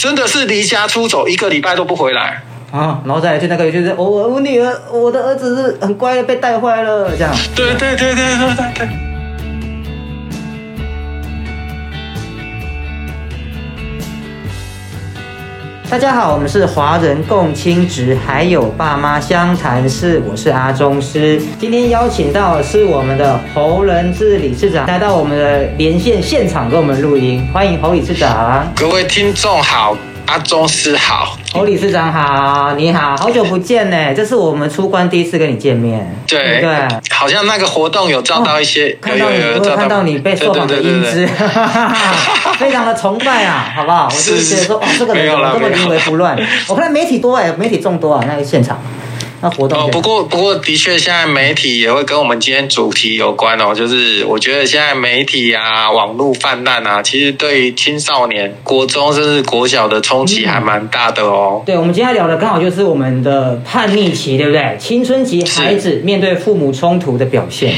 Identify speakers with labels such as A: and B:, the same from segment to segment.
A: 真的是离家出走，一个礼拜都不回来。
B: 啊，然后再来去那个就是我我我女儿我的儿子是很乖的被带坏了这样。
A: 对对对对对对对。
B: 大家好，我们是华人共亲职，还有爸妈相谈室，我是阿中师。今天邀请到的是我们的侯仁志理事长来到我们的连线现场跟我们录音，欢迎侯理事长。
A: 各位听众好，阿宗师好。
B: 侯理事长好，你好，好久不见呢，这是我们出关第一次跟你见面，
A: 对
B: 对，哦
A: 好像那个活动有照到一些，
B: 看
A: 有
B: 到你，
A: 有有
B: 我有
A: 照
B: 看到你被受访的
A: 对对对
B: 英
A: 对哦
B: 姿
A: 对，
B: 非常的崇拜啊，好不好？我就是觉得说，哇，这个
A: 没
B: 人
A: 有
B: 怎
A: 啦
B: 么这么
A: 没有
B: 临危不 乱？我看媒体多哎，媒体众多啊，那个现场，那活动
A: 哦，
B: 现
A: 不
B: 场。
A: 过不过，的确，现在媒体也会跟我们今天主题有关哦。就是我觉得现在媒体啊、网络泛滥啊，其实对于青少年、国中甚至国小的冲
B: 嗯
A: 击还蛮大的哦。
B: 对，我们今天要聊的刚好就是我们的叛逆期，对不对？青春期
A: 是
B: 孩子面对父母冲突的表现。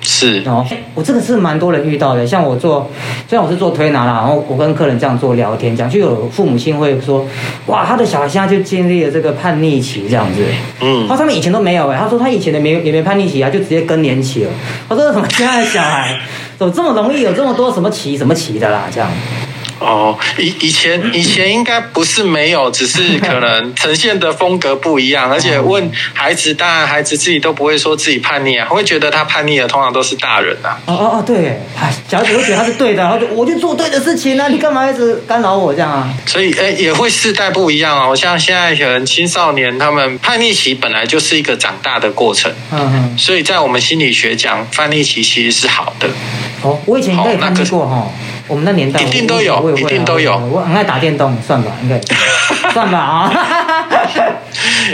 A: 是，
B: 哦，哎我这个是蛮多人遇到的，像我做，虽然我是做推拿啦，然后我跟客人这样做聊天，这样就有父母亲会说，哇，他的小孩现在就经历了这个叛逆期这样子，
A: 嗯
B: 他说他们以前都没有哎、他说他以前的没也没叛逆期啊，就直接更年期了。我说怎么现在的小孩 怎么这么容易有这么多什么期什么期的啦这样？
A: 哦，以以前以前应该不是没有，只是可能呈现的风格不一样，而且问孩子，当然孩子自己都不会说自己叛逆啊，会觉得他叛逆的通常都是大人啊。
B: 哦哦哦，对，哎，小孩子会觉得他是对的，然后就我就做对的事情啊，你干嘛一直干扰我这样啊？
A: 所以，诶、也会世代不一样哦。像现在可能青少年他们叛逆期本来就是一个长大的过程，
B: 嗯嗯，
A: 所以在我们心理学讲，叛逆期其实是好的。
B: 哦，我以前应该也叛逆过哈、我们那年代
A: 一定都有
B: 我也会
A: 一
B: 啊
A: 定都有
B: 我很爱打电动，算吧， 应该也算吧啊。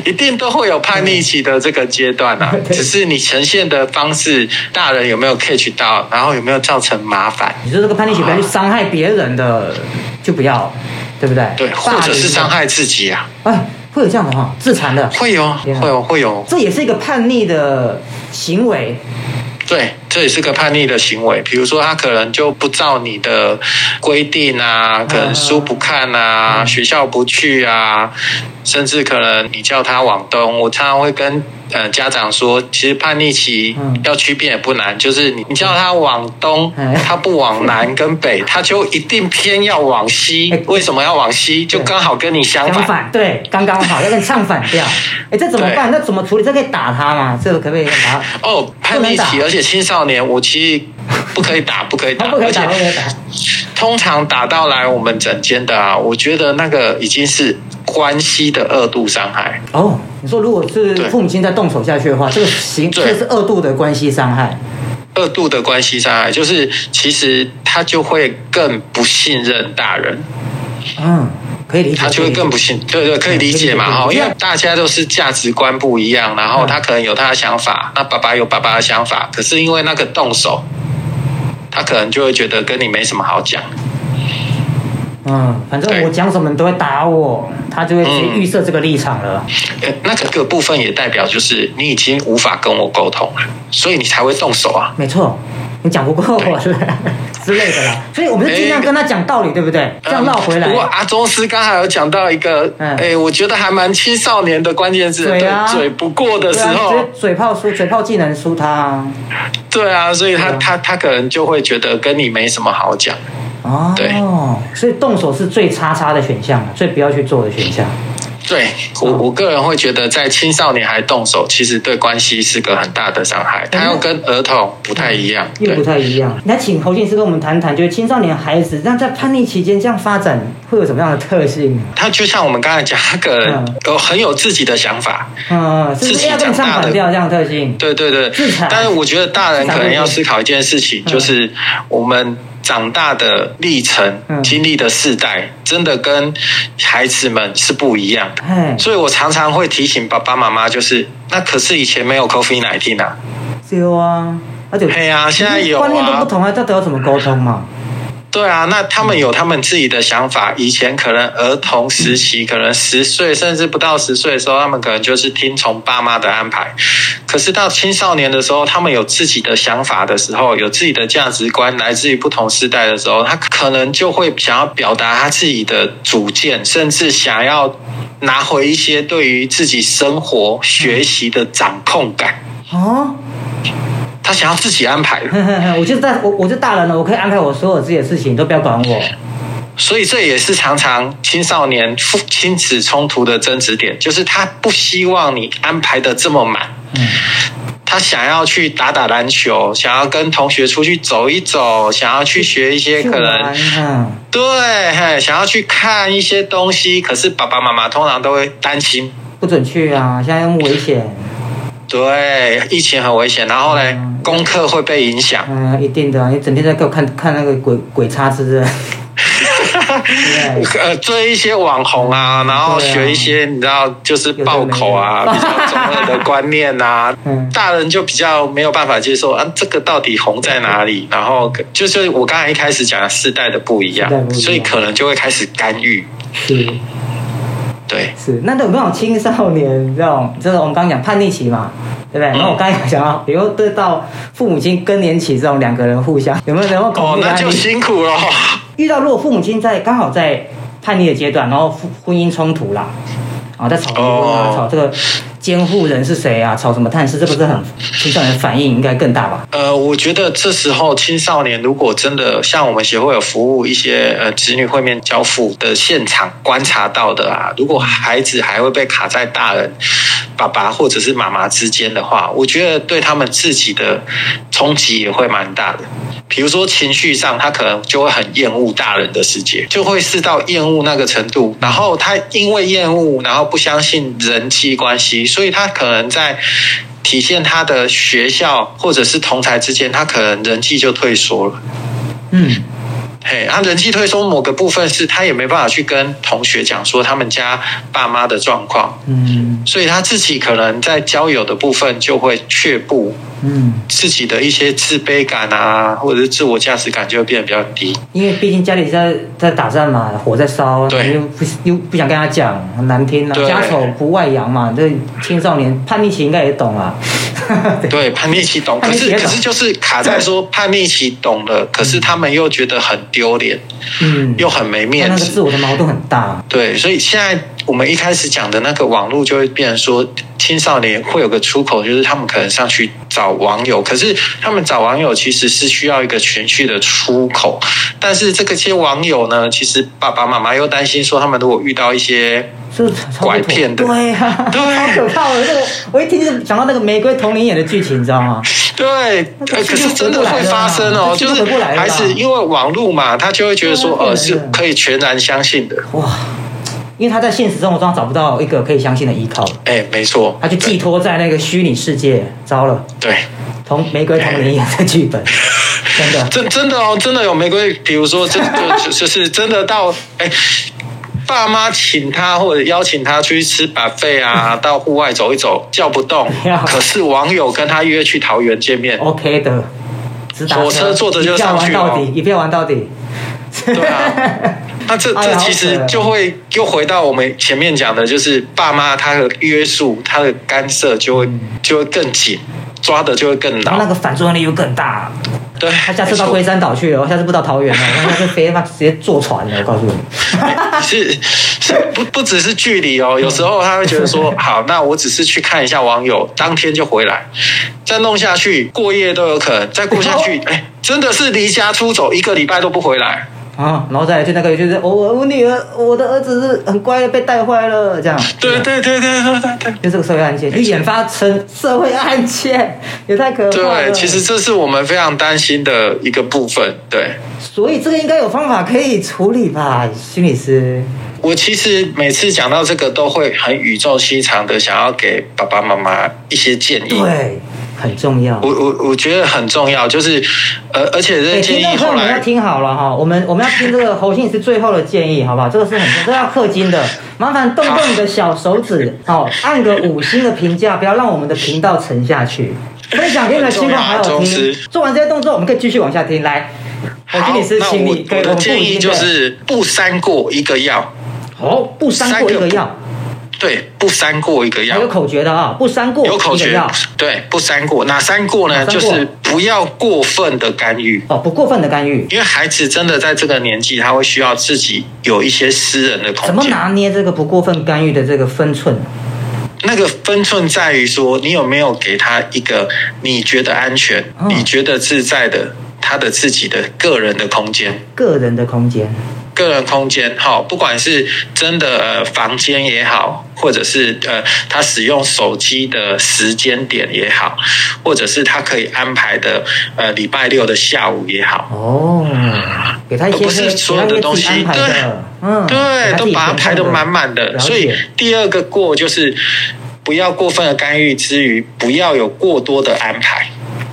A: 一定都会有叛逆期的这个阶段啊，只是你呈现的方式，大人有没有 catch 到，然后有没有造成麻烦，
B: 你说这个叛逆期不要去伤害别人的，就不要，对不对？
A: 对，或者是伤害自己啊，
B: 霸凌的。哎，会有这样的哈、自残的，
A: 会有，会有，会哦有，
B: 这也是一个叛逆的行为。
A: 对，这也是个叛逆的行为。比如说，他可能就不照你的规定啊，可能书不看啊，
B: 嗯
A: 学校不去啊，甚至可能你叫他往东。我常常会跟呃家长说，其实叛逆期
B: 嗯
A: 要区辨也不难，就是你你叫他往东
B: 嗯，
A: 他不往南跟北，他就一定偏要往西
B: 哎。
A: 为什么要往西？就刚好跟你相
B: 相
A: 反。
B: 反，对，刚 刚好，要跟你唱反调。哎，这怎么办？那怎么处理？这可以打他吗？这个可不可以打他？
A: 哦，叛逆
B: 不能
A: 期，
B: 打
A: 而且青少年，我其实不可以 打，不可以打，
B: 他不可以打，
A: 而
B: 不
A: 且
B: 可以打。
A: 通常打到来我们整间的啊，我觉得那个已经是关系的二度伤害。
B: 哦，你说如果是
A: 对
B: 父母亲再动手下去的话，这个行，这
A: 对
B: 个是二度的关系伤害。
A: 二度的关系伤害，就是其实他就会更不信任大人，
B: 嗯，可以理解。
A: 他就会更不信，对对，可以理解嘛哈，
B: 嗯
A: 因为大家都是价值观不一样，然后他可能有他的想法，那爸爸有爸爸的想法，可是因为那个动手，他可能就会觉得跟你没什么好讲，
B: 嗯，反正我讲什么你都会打我，他就会直接预设这个立场了。
A: 呃，那个个部分也代表就是你已经无法跟我沟通了，所以你才会动手啊。
B: 没错，你讲不过我了 之类的啦，所以我们就尽量跟他讲道理，对不对？这样绕回来
A: 嗯不。过阿宗师刚才有讲到一个，
B: 嗯
A: 哎、我觉得还蛮青少年的关键字，
B: 嘴啊
A: 嘴不过的时
B: 对啊，你直
A: 候
B: 接，嘴炮输，嘴炮技能输他啊。
A: 对啊，所以他、
B: 对啊
A: 他他可能就会觉得跟你没什么好讲，
B: 哦，
A: 对
B: 所以动手是最叉叉的选项啊，最不要去做的选项。
A: 对我
B: 嗯
A: 我个人会觉得，在青少年还动手，其实对关系是个很大的伤害，他要跟儿童不太一样，
B: 哎嗯又
A: 对
B: 不。太一样。那请侯建师跟我们谈谈，就是青少年孩子那在叛逆期间这样发展会有什么样的特性？啊
A: 他就像我们刚才讲，他可能
B: 嗯
A: 有很有自己的想法，
B: 嗯，是不
A: 自
B: 是
A: 己
B: 要跟
A: 长
B: 唱
A: 大
B: 反
A: 的
B: 调这样的特性？
A: 对对对
B: 自残，嗯
A: 但是我觉得大人可能要思考一件事情，
B: 自残
A: 就是我们长大的历程、
B: 嗯
A: 经历的世代，真的跟孩子们是不一样的。
B: 哎，
A: 所以我常常会提醒爸爸妈妈，就是那可是以前没有 coffee 奶听啊，
B: 对啊，而且嗯
A: 嘿呀现在有啊
B: 观念都不同啊，到底要怎么沟通嘛？
A: 对啊，那他们有他们自己的想法。以前可能儿童时期，可能十岁甚至不到十岁的时候，他们可能就是听从爸妈的安排。可是到青少年的时候，他们有自己的想法的时候，有自己的价值观，来自于不同时代的时候，他可能就会想要表达他自己的主见，甚至想要拿回一些对于自己生活、学习的掌控感。
B: 哦，
A: 他想要自己安排。
B: 我就大我我就大人了，我可以安排我所有自己的事情，你都不要管我。
A: 所以这也是常常青少年父亲子冲突的争执点，就是他不希望你安排的这么满，
B: 嗯，
A: 他想要去打打篮球，想要跟同学出去走一走，想要去学一些可能
B: 嗯，
A: 对，嘿想要去看一些东西，可是爸爸妈妈通常都会担心，
B: 不准去啊，现在那么危险。
A: 对，疫情很危险，然后呢
B: 嗯，
A: 功课会被影响。
B: 嗯，一定的啊，你整天在给我看看那个鬼鬼叉子是不是， 对
A: 呃，追一些网红啊，然后
B: 嗯对啊
A: 学一些、你知道就是爆口啊，
B: 有的
A: 比
B: 没
A: 较
B: 的，
A: 中二的观念啊
B: 嗯
A: 大人就比较没有办法接受啊，这个到底红在哪里？然后就是我刚才一开始讲的世代的不一样，
B: 世代不一样
A: 所以可能就会开始干预，
B: 是
A: 对。
B: 是。那有没有青少年这种，就是我们刚刚讲叛逆期嘛，对不对？
A: 嗯
B: 然后我刚才有想到，比如对到父母亲更年期这种两个人互相有没有能够
A: 哦
B: 恐，惧
A: 那
B: 压
A: 就
B: 力？
A: 辛苦了。
B: 遇到如果父母亲在刚好在叛逆的阶段，然后夫婚姻冲突啦，啊，在吵离婚啊，
A: 哦
B: 吵这个监护人是谁啊，吵什么探视，这不是很青少年反应应该更大吧？
A: 呃，我觉得这时候青少年如果真的像我们协会有服务一些呃子女会面交付的现场观察到的啊，如果孩子还会被卡在大人爸爸或者是妈妈之间的话，我觉得对他们自己的冲击也会蛮大的。比如说情绪上，他可能就会很厌恶大人的世界，就会是到厌恶那个程度。然后他因为厌恶，然后不相信人际关系，所以他可能在体现他的学校或者是同才之间，他可能人际就退缩了。
B: 嗯，
A: 嘿，他、人际退缩某个部分是他也没办法去跟同学讲说他们家爸妈的状况，
B: 嗯
A: 所以他自己可能在交友的部分就会却步，
B: 嗯，
A: 自己的一些自卑感啊，或者是自我价值感就会变得比较低。
B: 因为毕竟家里在在打仗嘛，火在烧，
A: 对
B: 又不又不想跟他讲，很难听啊，
A: 对
B: 家丑不外扬嘛，这青少年叛逆期应该也懂啊。 对
A: 对，叛逆期懂，
B: 叛
A: 可
B: 逆期
A: 是
B: 也
A: 可
B: 懂
A: 是就是卡在说叛逆期懂了，可是他们又觉得很丢脸，
B: 嗯，
A: 又很没
B: 他
A: 面
B: 那个
A: 子
B: 自。我的矛盾很大。
A: 对，所以现在我们一开始讲的那个网络，就会变成说青少年会有个出口，就是他们可能上去找网友，可是他们找网友其实是需要一个情绪的出口，但是这个些网友呢，其实爸爸妈妈又担心说，他们如果遇到一些
B: 是不是超
A: 拐骗的
B: 对啊，
A: 对
B: 好可怕！我这个我一听就想到那个玫瑰同林演的剧情，你知道吗？
A: 对，呃
B: 那这
A: 可
B: 个
A: 是真的会发生哦，
B: 这
A: 就
B: 个
A: 是
B: 回不来了啦
A: 孩子因为网络嘛，他就会觉得说，
B: 对
A: 呃，
B: 啊这个
A: 是
B: 人
A: 可以全然相信的。
B: 哇，因为他在现实生活中找不到一个可以相信的依靠，
A: 哎，没错，
B: 他就寄托在那个虚拟世界。糟了，
A: 对，
B: 同玫瑰同林演的剧本，真的。
A: 真真的哦，真的有玫瑰，比如说，这就就是真的到哎。爸妈请他或者邀请他出去吃 buffet 啊，到户外走一走，叫不动
B: 要。
A: 可是网友跟他约去桃园见面，
B: OK 的，直达
A: 火车坐着就上去哦
B: 一票玩到底，一票玩到底。
A: 对啊，那这
B: 哎呀
A: 这
B: 好
A: 其实
B: 扯哦
A: 就会又回到我们前面讲的，就是爸妈他的约束、他的干涉就会就会更紧，抓的就会更
B: 然后那
A: 牢。
B: 个反作用力又更大，
A: 对，
B: 他下次
A: 没
B: 到
A: 错
B: 龟山岛去了，我下次不到桃园了，我下次飞他妈直接坐船了，我告诉你。
A: 是是不不只是距离哦，有时候他会觉得说，好，那我只是去看一下网友，当天就回来，再弄下去过夜都有可能，再过下去，哎，真的是离家出走一个礼拜都不回来。
B: 啊，然后再来就那个就是我、我我女儿我的儿子是很乖的被带坏了这样，
A: 对对对对对对对。
B: 就这个社会案件就研发成社会案件，也太可怕了。
A: 对，其实这是我们非常担心的一个部分。对，
B: 所以这个应该有方法可以处理吧，心理师。
A: 我其实每次讲到这个，都会很语重心长的想要给爸爸妈妈一些建议。
B: 对，很重要。
A: 我我我觉得很重要，就是，呃，而且这
B: 哎，
A: 些建
B: 听
A: 议
B: 众朋友
A: 后
B: 们
A: 来
B: 要听好了哈，我们我们要听这个侯信是最后的建议，好不好？这个是很这要氪金的，麻烦动动你的小手指，好、按个五星的评价，不要让我们的频道沉下去。分享给你的亲朋好友
A: 很重要啊
B: 听
A: 忠实。
B: 做完这些动作，我们可以继续往下听。来，我给你是
A: 那
B: 请
A: 我
B: 你给
A: 我
B: 我
A: 的
B: 们
A: 建
B: 不一
A: 议
B: 定
A: 就
B: 对
A: 是不三过一个要，
B: 哦，不伤过一个药，
A: 对，不三过一个要
B: 还有。口诀的啊，不伤过
A: 有口
B: 一个
A: 诀
B: 药，，
A: 对，不三过哪三过
B: 哪
A: 呢？
B: 三过
A: 就是不要过分的干预，
B: 哦，不过分的干预，
A: 因为孩子真的在这个年纪，他会需要自己有一些私人的空
B: 怎么
A: 间。
B: 拿捏这个不过分干预的这个分寸？
A: 那个分寸在于说，你有没有给他一个你觉得安全、
B: 嗯
A: 你觉得自在的他的自己的个人的空间。
B: 个人的空间，
A: 个人空间，哈，不管是真的呃房间也好，或者是呃他使用手机的时间点也好，或者是他可以安排的呃礼拜六的下午也好，
B: 哦，给他一些
A: 而不是所有的东西
B: 给他一些自己安排的，嗯，给
A: 对，
B: 自
A: 都
B: 己
A: 把它
B: 选
A: 排
B: 择
A: 得满满的。
B: 了
A: 所以
B: 解
A: 第二个过就是不要过分的干预之余，不要有过多的安排。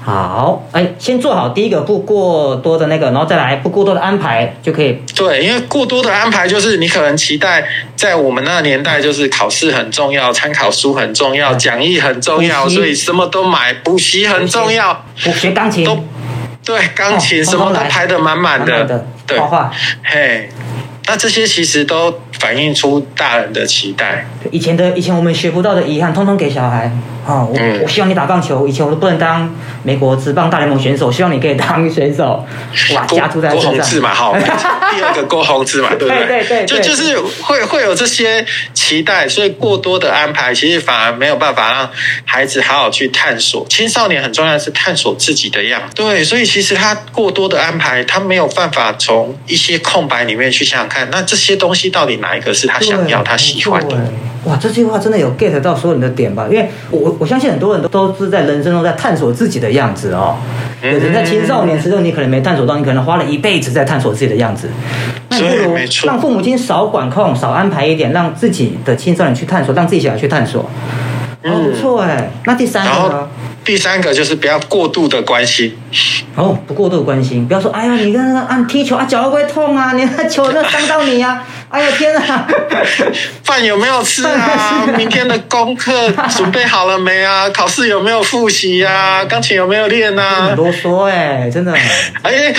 B: 好，哎，先做好第一个不过多的那个，然后再来不过多的安排就可以。
A: 对，因为过多的安排就是你可能期待在我们那个年代，就是考试很重要，参考书很重要，
B: 嗯
A: 讲义很重要，
B: 补习
A: 所以什么都买，补习很重要，
B: 我学钢琴，
A: 都对钢琴
B: 哦
A: 什么
B: 通
A: 都
B: 通来
A: 排得满满
B: 满满
A: 的
B: 的，
A: 对
B: 画，画，
A: 嘿，那这些其实都反映出大人的期待，
B: 以前的以前我们学不到的遗憾，通通给小孩。哦，我、
A: 嗯
B: 我希望你打棒球，以前我都不能当美国职棒大联盟选手，希望你可以当选手。哇，
A: 郭
B: 加注在
A: 郭
B: 身
A: 宏志
B: 上。
A: 嘛， 哈，第二个郭宏志嘛，对不对？
B: 对对对
A: 就
B: 对
A: 就是会会有这些期待，所以过多的安排其实反而没有办法让孩子好好去探索。青少年很重要的是探索自己的样子，对，所以其实他过多的安排，他没有办法从一些空白里面去想想看，那这些东西到底哪一个是他想要、
B: 对
A: 他喜欢的
B: 没？错哎哇，这句话真的有 get 到所有人的点吧？因为我我我相信很多人都都是在人生中在探索自己的样子哦。
A: 嗯
B: 有人在青少年时候，你可能没探索到，你可能花了一辈子在探索自己的样子。那你不
A: 对
B: 如
A: 没错
B: 让父母亲少管控、少安排一点，让自己的青少年去探索，让自己小孩去探索。
A: 嗯
B: 哦，不错哎。那第三
A: 然
B: 个呢
A: 后？第三个就是不要过度的关心，
B: 哦，不过度关心，不要说哎呀，你跟那个按踢球啊，脚会不会痛啊？你那球那伤到你呀、哎呀天 哪！
A: 饭有没有吃 啊？明天的功课准备好了没啊？考试有没有复习啊？钢琴有没有练啊
B: 很？啰嗦哎、真的。
A: 哎哎，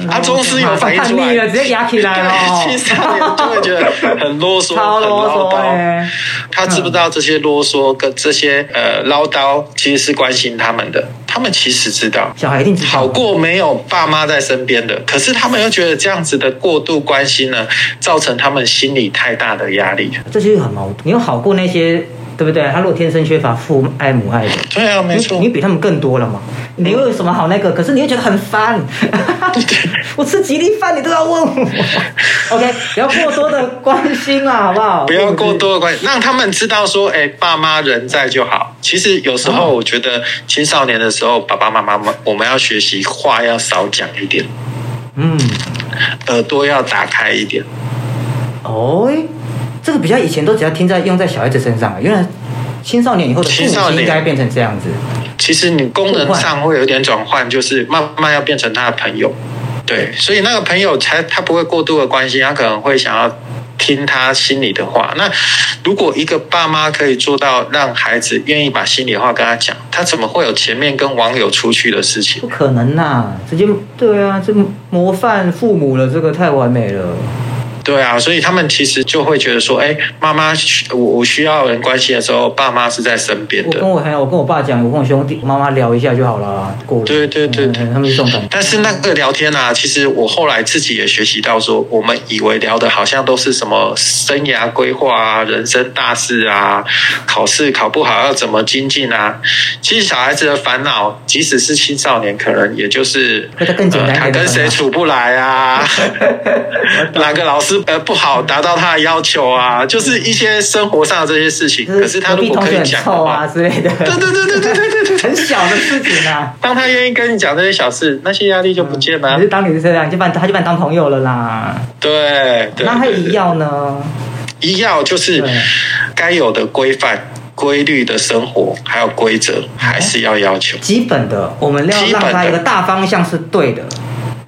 B: 嗯
A: 阿宗师有反应出
B: 马上叛逆了，
A: 来
B: 直。接压起来 了
A: 对，青少年
B: 哦，
A: 就会觉得很啰嗦、
B: 超
A: 很
B: 啰嗦
A: 唠叨。
B: 哎、
A: 他知不知道这些啰嗦跟这些呃唠叨，其实是关心他们的？他们其实知道，
B: 小孩一定知道。
A: 好过没有爸妈在身边的。可是他们又觉得这样子的过度关心呢，造成他们心理太大的压力。
B: 这就是很矛盾。你又好过那些，对不对？他如果天生缺乏父爱母爱的，
A: 对啊，没错
B: 你。你比他们更多了嘛？你又有什么好那个？可是你又觉得 很烦。我吃吉利饭，你都要问我。OK，不要过多的关心啊，好不好？
A: 不要过。多的关系，让他们知道说，哎、爸妈人在就好。其实有时候我觉得青少年的时候，爸爸妈妈们我们要学习话要少讲一点，
B: 嗯，
A: 耳朵要打开一点。
B: 哦，哎这个比较以前都只要听在用在小孩子身上，原来青少年以后的父
A: 青少
B: 母
A: 年
B: 亲应该变成这样子。
A: 其实你功能上会有一点转换，就是慢慢要变成他的朋友。对，所以那个朋友才他不会过度的关心，他可能会想要听他心里的话。那如果一个爸妈可以做到让孩子愿意把心里话跟他讲，他怎么会有前面跟网友出去的事情？
B: 不可能呐、直接对啊，这模范父母了，这个太完美了。
A: 对啊，所以他们其实就会觉得说，哎，妈妈，我我需要人关心的时候，爸妈是在身边
B: 我跟
A: 的。
B: 我还有我跟我爸讲，我跟我兄弟妈妈聊一下就好了，过了。
A: 对对对对
B: 嗯他们是这种感觉。
A: 但是那个聊天啊，其实我后来自己也学习到说，我们以为聊的好像都是什么生涯规划啊、人生大事啊、考试考不好要怎么精进啊。其实小孩子的烦恼，即使是青少年，可能也就是
B: 会再更简单一点
A: 他
B: 的
A: 跟谁
B: 烦恼
A: 处不来啊，哪个老师呃不好达到他的要求啊，就是一些生活上的这些事情。
B: 就是
A: 可是他
B: 隔
A: 如
B: 壁
A: 果
B: 同
A: 可
B: 学
A: 以
B: 很
A: 讲的
B: 臭啊
A: 话，
B: 之类的，
A: 对对对对对对对对对，
B: 很小的事情啊。
A: 当他愿意跟你讲这些小事，那些压力就不见了啊
B: 可。是当你是这样，你就把他就把你当朋友了啦。
A: 对，对
B: 那还有
A: 对
B: 医药呢？
A: 医药就是
B: 对
A: 该有的规范、规律的生活，还有规则，还是要要求。
B: 基本的，我们要
A: 基本
B: 让
A: 的
B: 他一个大方向是对的。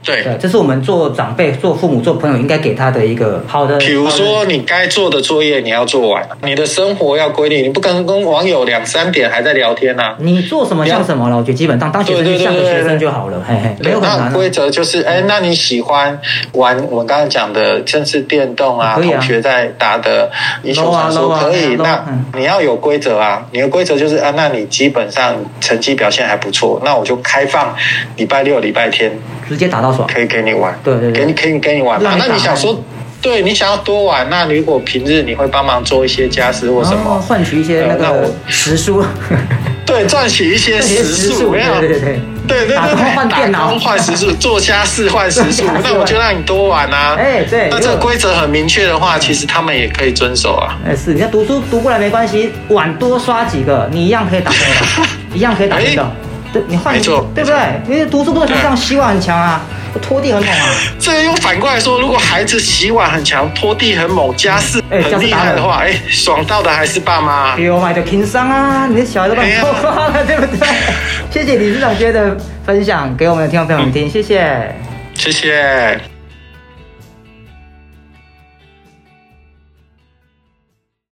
A: 对
B: 对，这是我们做长辈、做父母、做朋友应该给他的一个好的。
A: 比如
B: 好
A: 说，
B: 的，
A: 你该做的作业你要做完，你的生活要规律，你不跟跟网友两三点还在聊天呐、啊。
B: 你做什么像什么了，我觉得基本上当学生
A: 对对
B: 就
A: 对
B: 像个
A: 对
B: 学生
A: 对
B: 就好了，嘿嘿，没
A: 对
B: 有，很
A: 那
B: 难、
A: 规
B: 啊。
A: 则就是，哎，那你喜欢玩我们刚才讲的，甚至电动啊，
B: 可以啊
A: 同学在打的英雄
B: low 啊
A: 传说
B: low 啊
A: 可以。
B: low 啊
A: 那
B: 嗯
A: 你要有规则啊，你的规则就是啊，那你基本上成绩表现还不错，那我就开放礼拜六、礼拜天
B: 直接打到爽。
A: 可以给你玩，
B: 对对对
A: 给你可以给你玩嘛
B: 让。你
A: 那
B: 打
A: 你想说，对你想要多玩，那如果平日你会帮忙做一些家事或什
B: 哦
A: 么，
B: 换取一些那
A: 呃那
B: 个
A: 我
B: 时数，
A: 对，赚取一些
B: 一些
A: 时
B: 时
A: 数，
B: 数，
A: 没有
B: 对对对。
A: 对对对，
B: 打工换电脑
A: 打工换时数，做家事换时数
B: 做家事，
A: 那我就让你多玩啊。
B: 哎对嗯
A: 那这
B: 如
A: 个
B: 果
A: 规则很明确的话，其实他们也可以遵守啊。
B: 哎，是，你要读书读过来没关系，晚多刷几个，你一样可以打电 动，一样可以打电动
A: 哎。
B: 对，你换一
A: 没错
B: 对不对？因为读书不能像这样，洗碗很强啊，拖地很猛啊。
A: 这个又反过来说，如果孩子洗碗很强，拖地很猛，家事
B: 哎
A: 很厉害的话，哎，爽到的还是爸妈啊。
B: 给我买的轻伤啊，你的小孩都把你
A: 哎呀
B: 拖垮了，对不对？
A: 哎
B: 谢谢理事长今天的分享，给我们的听众朋友们听，谢谢。
A: 谢谢。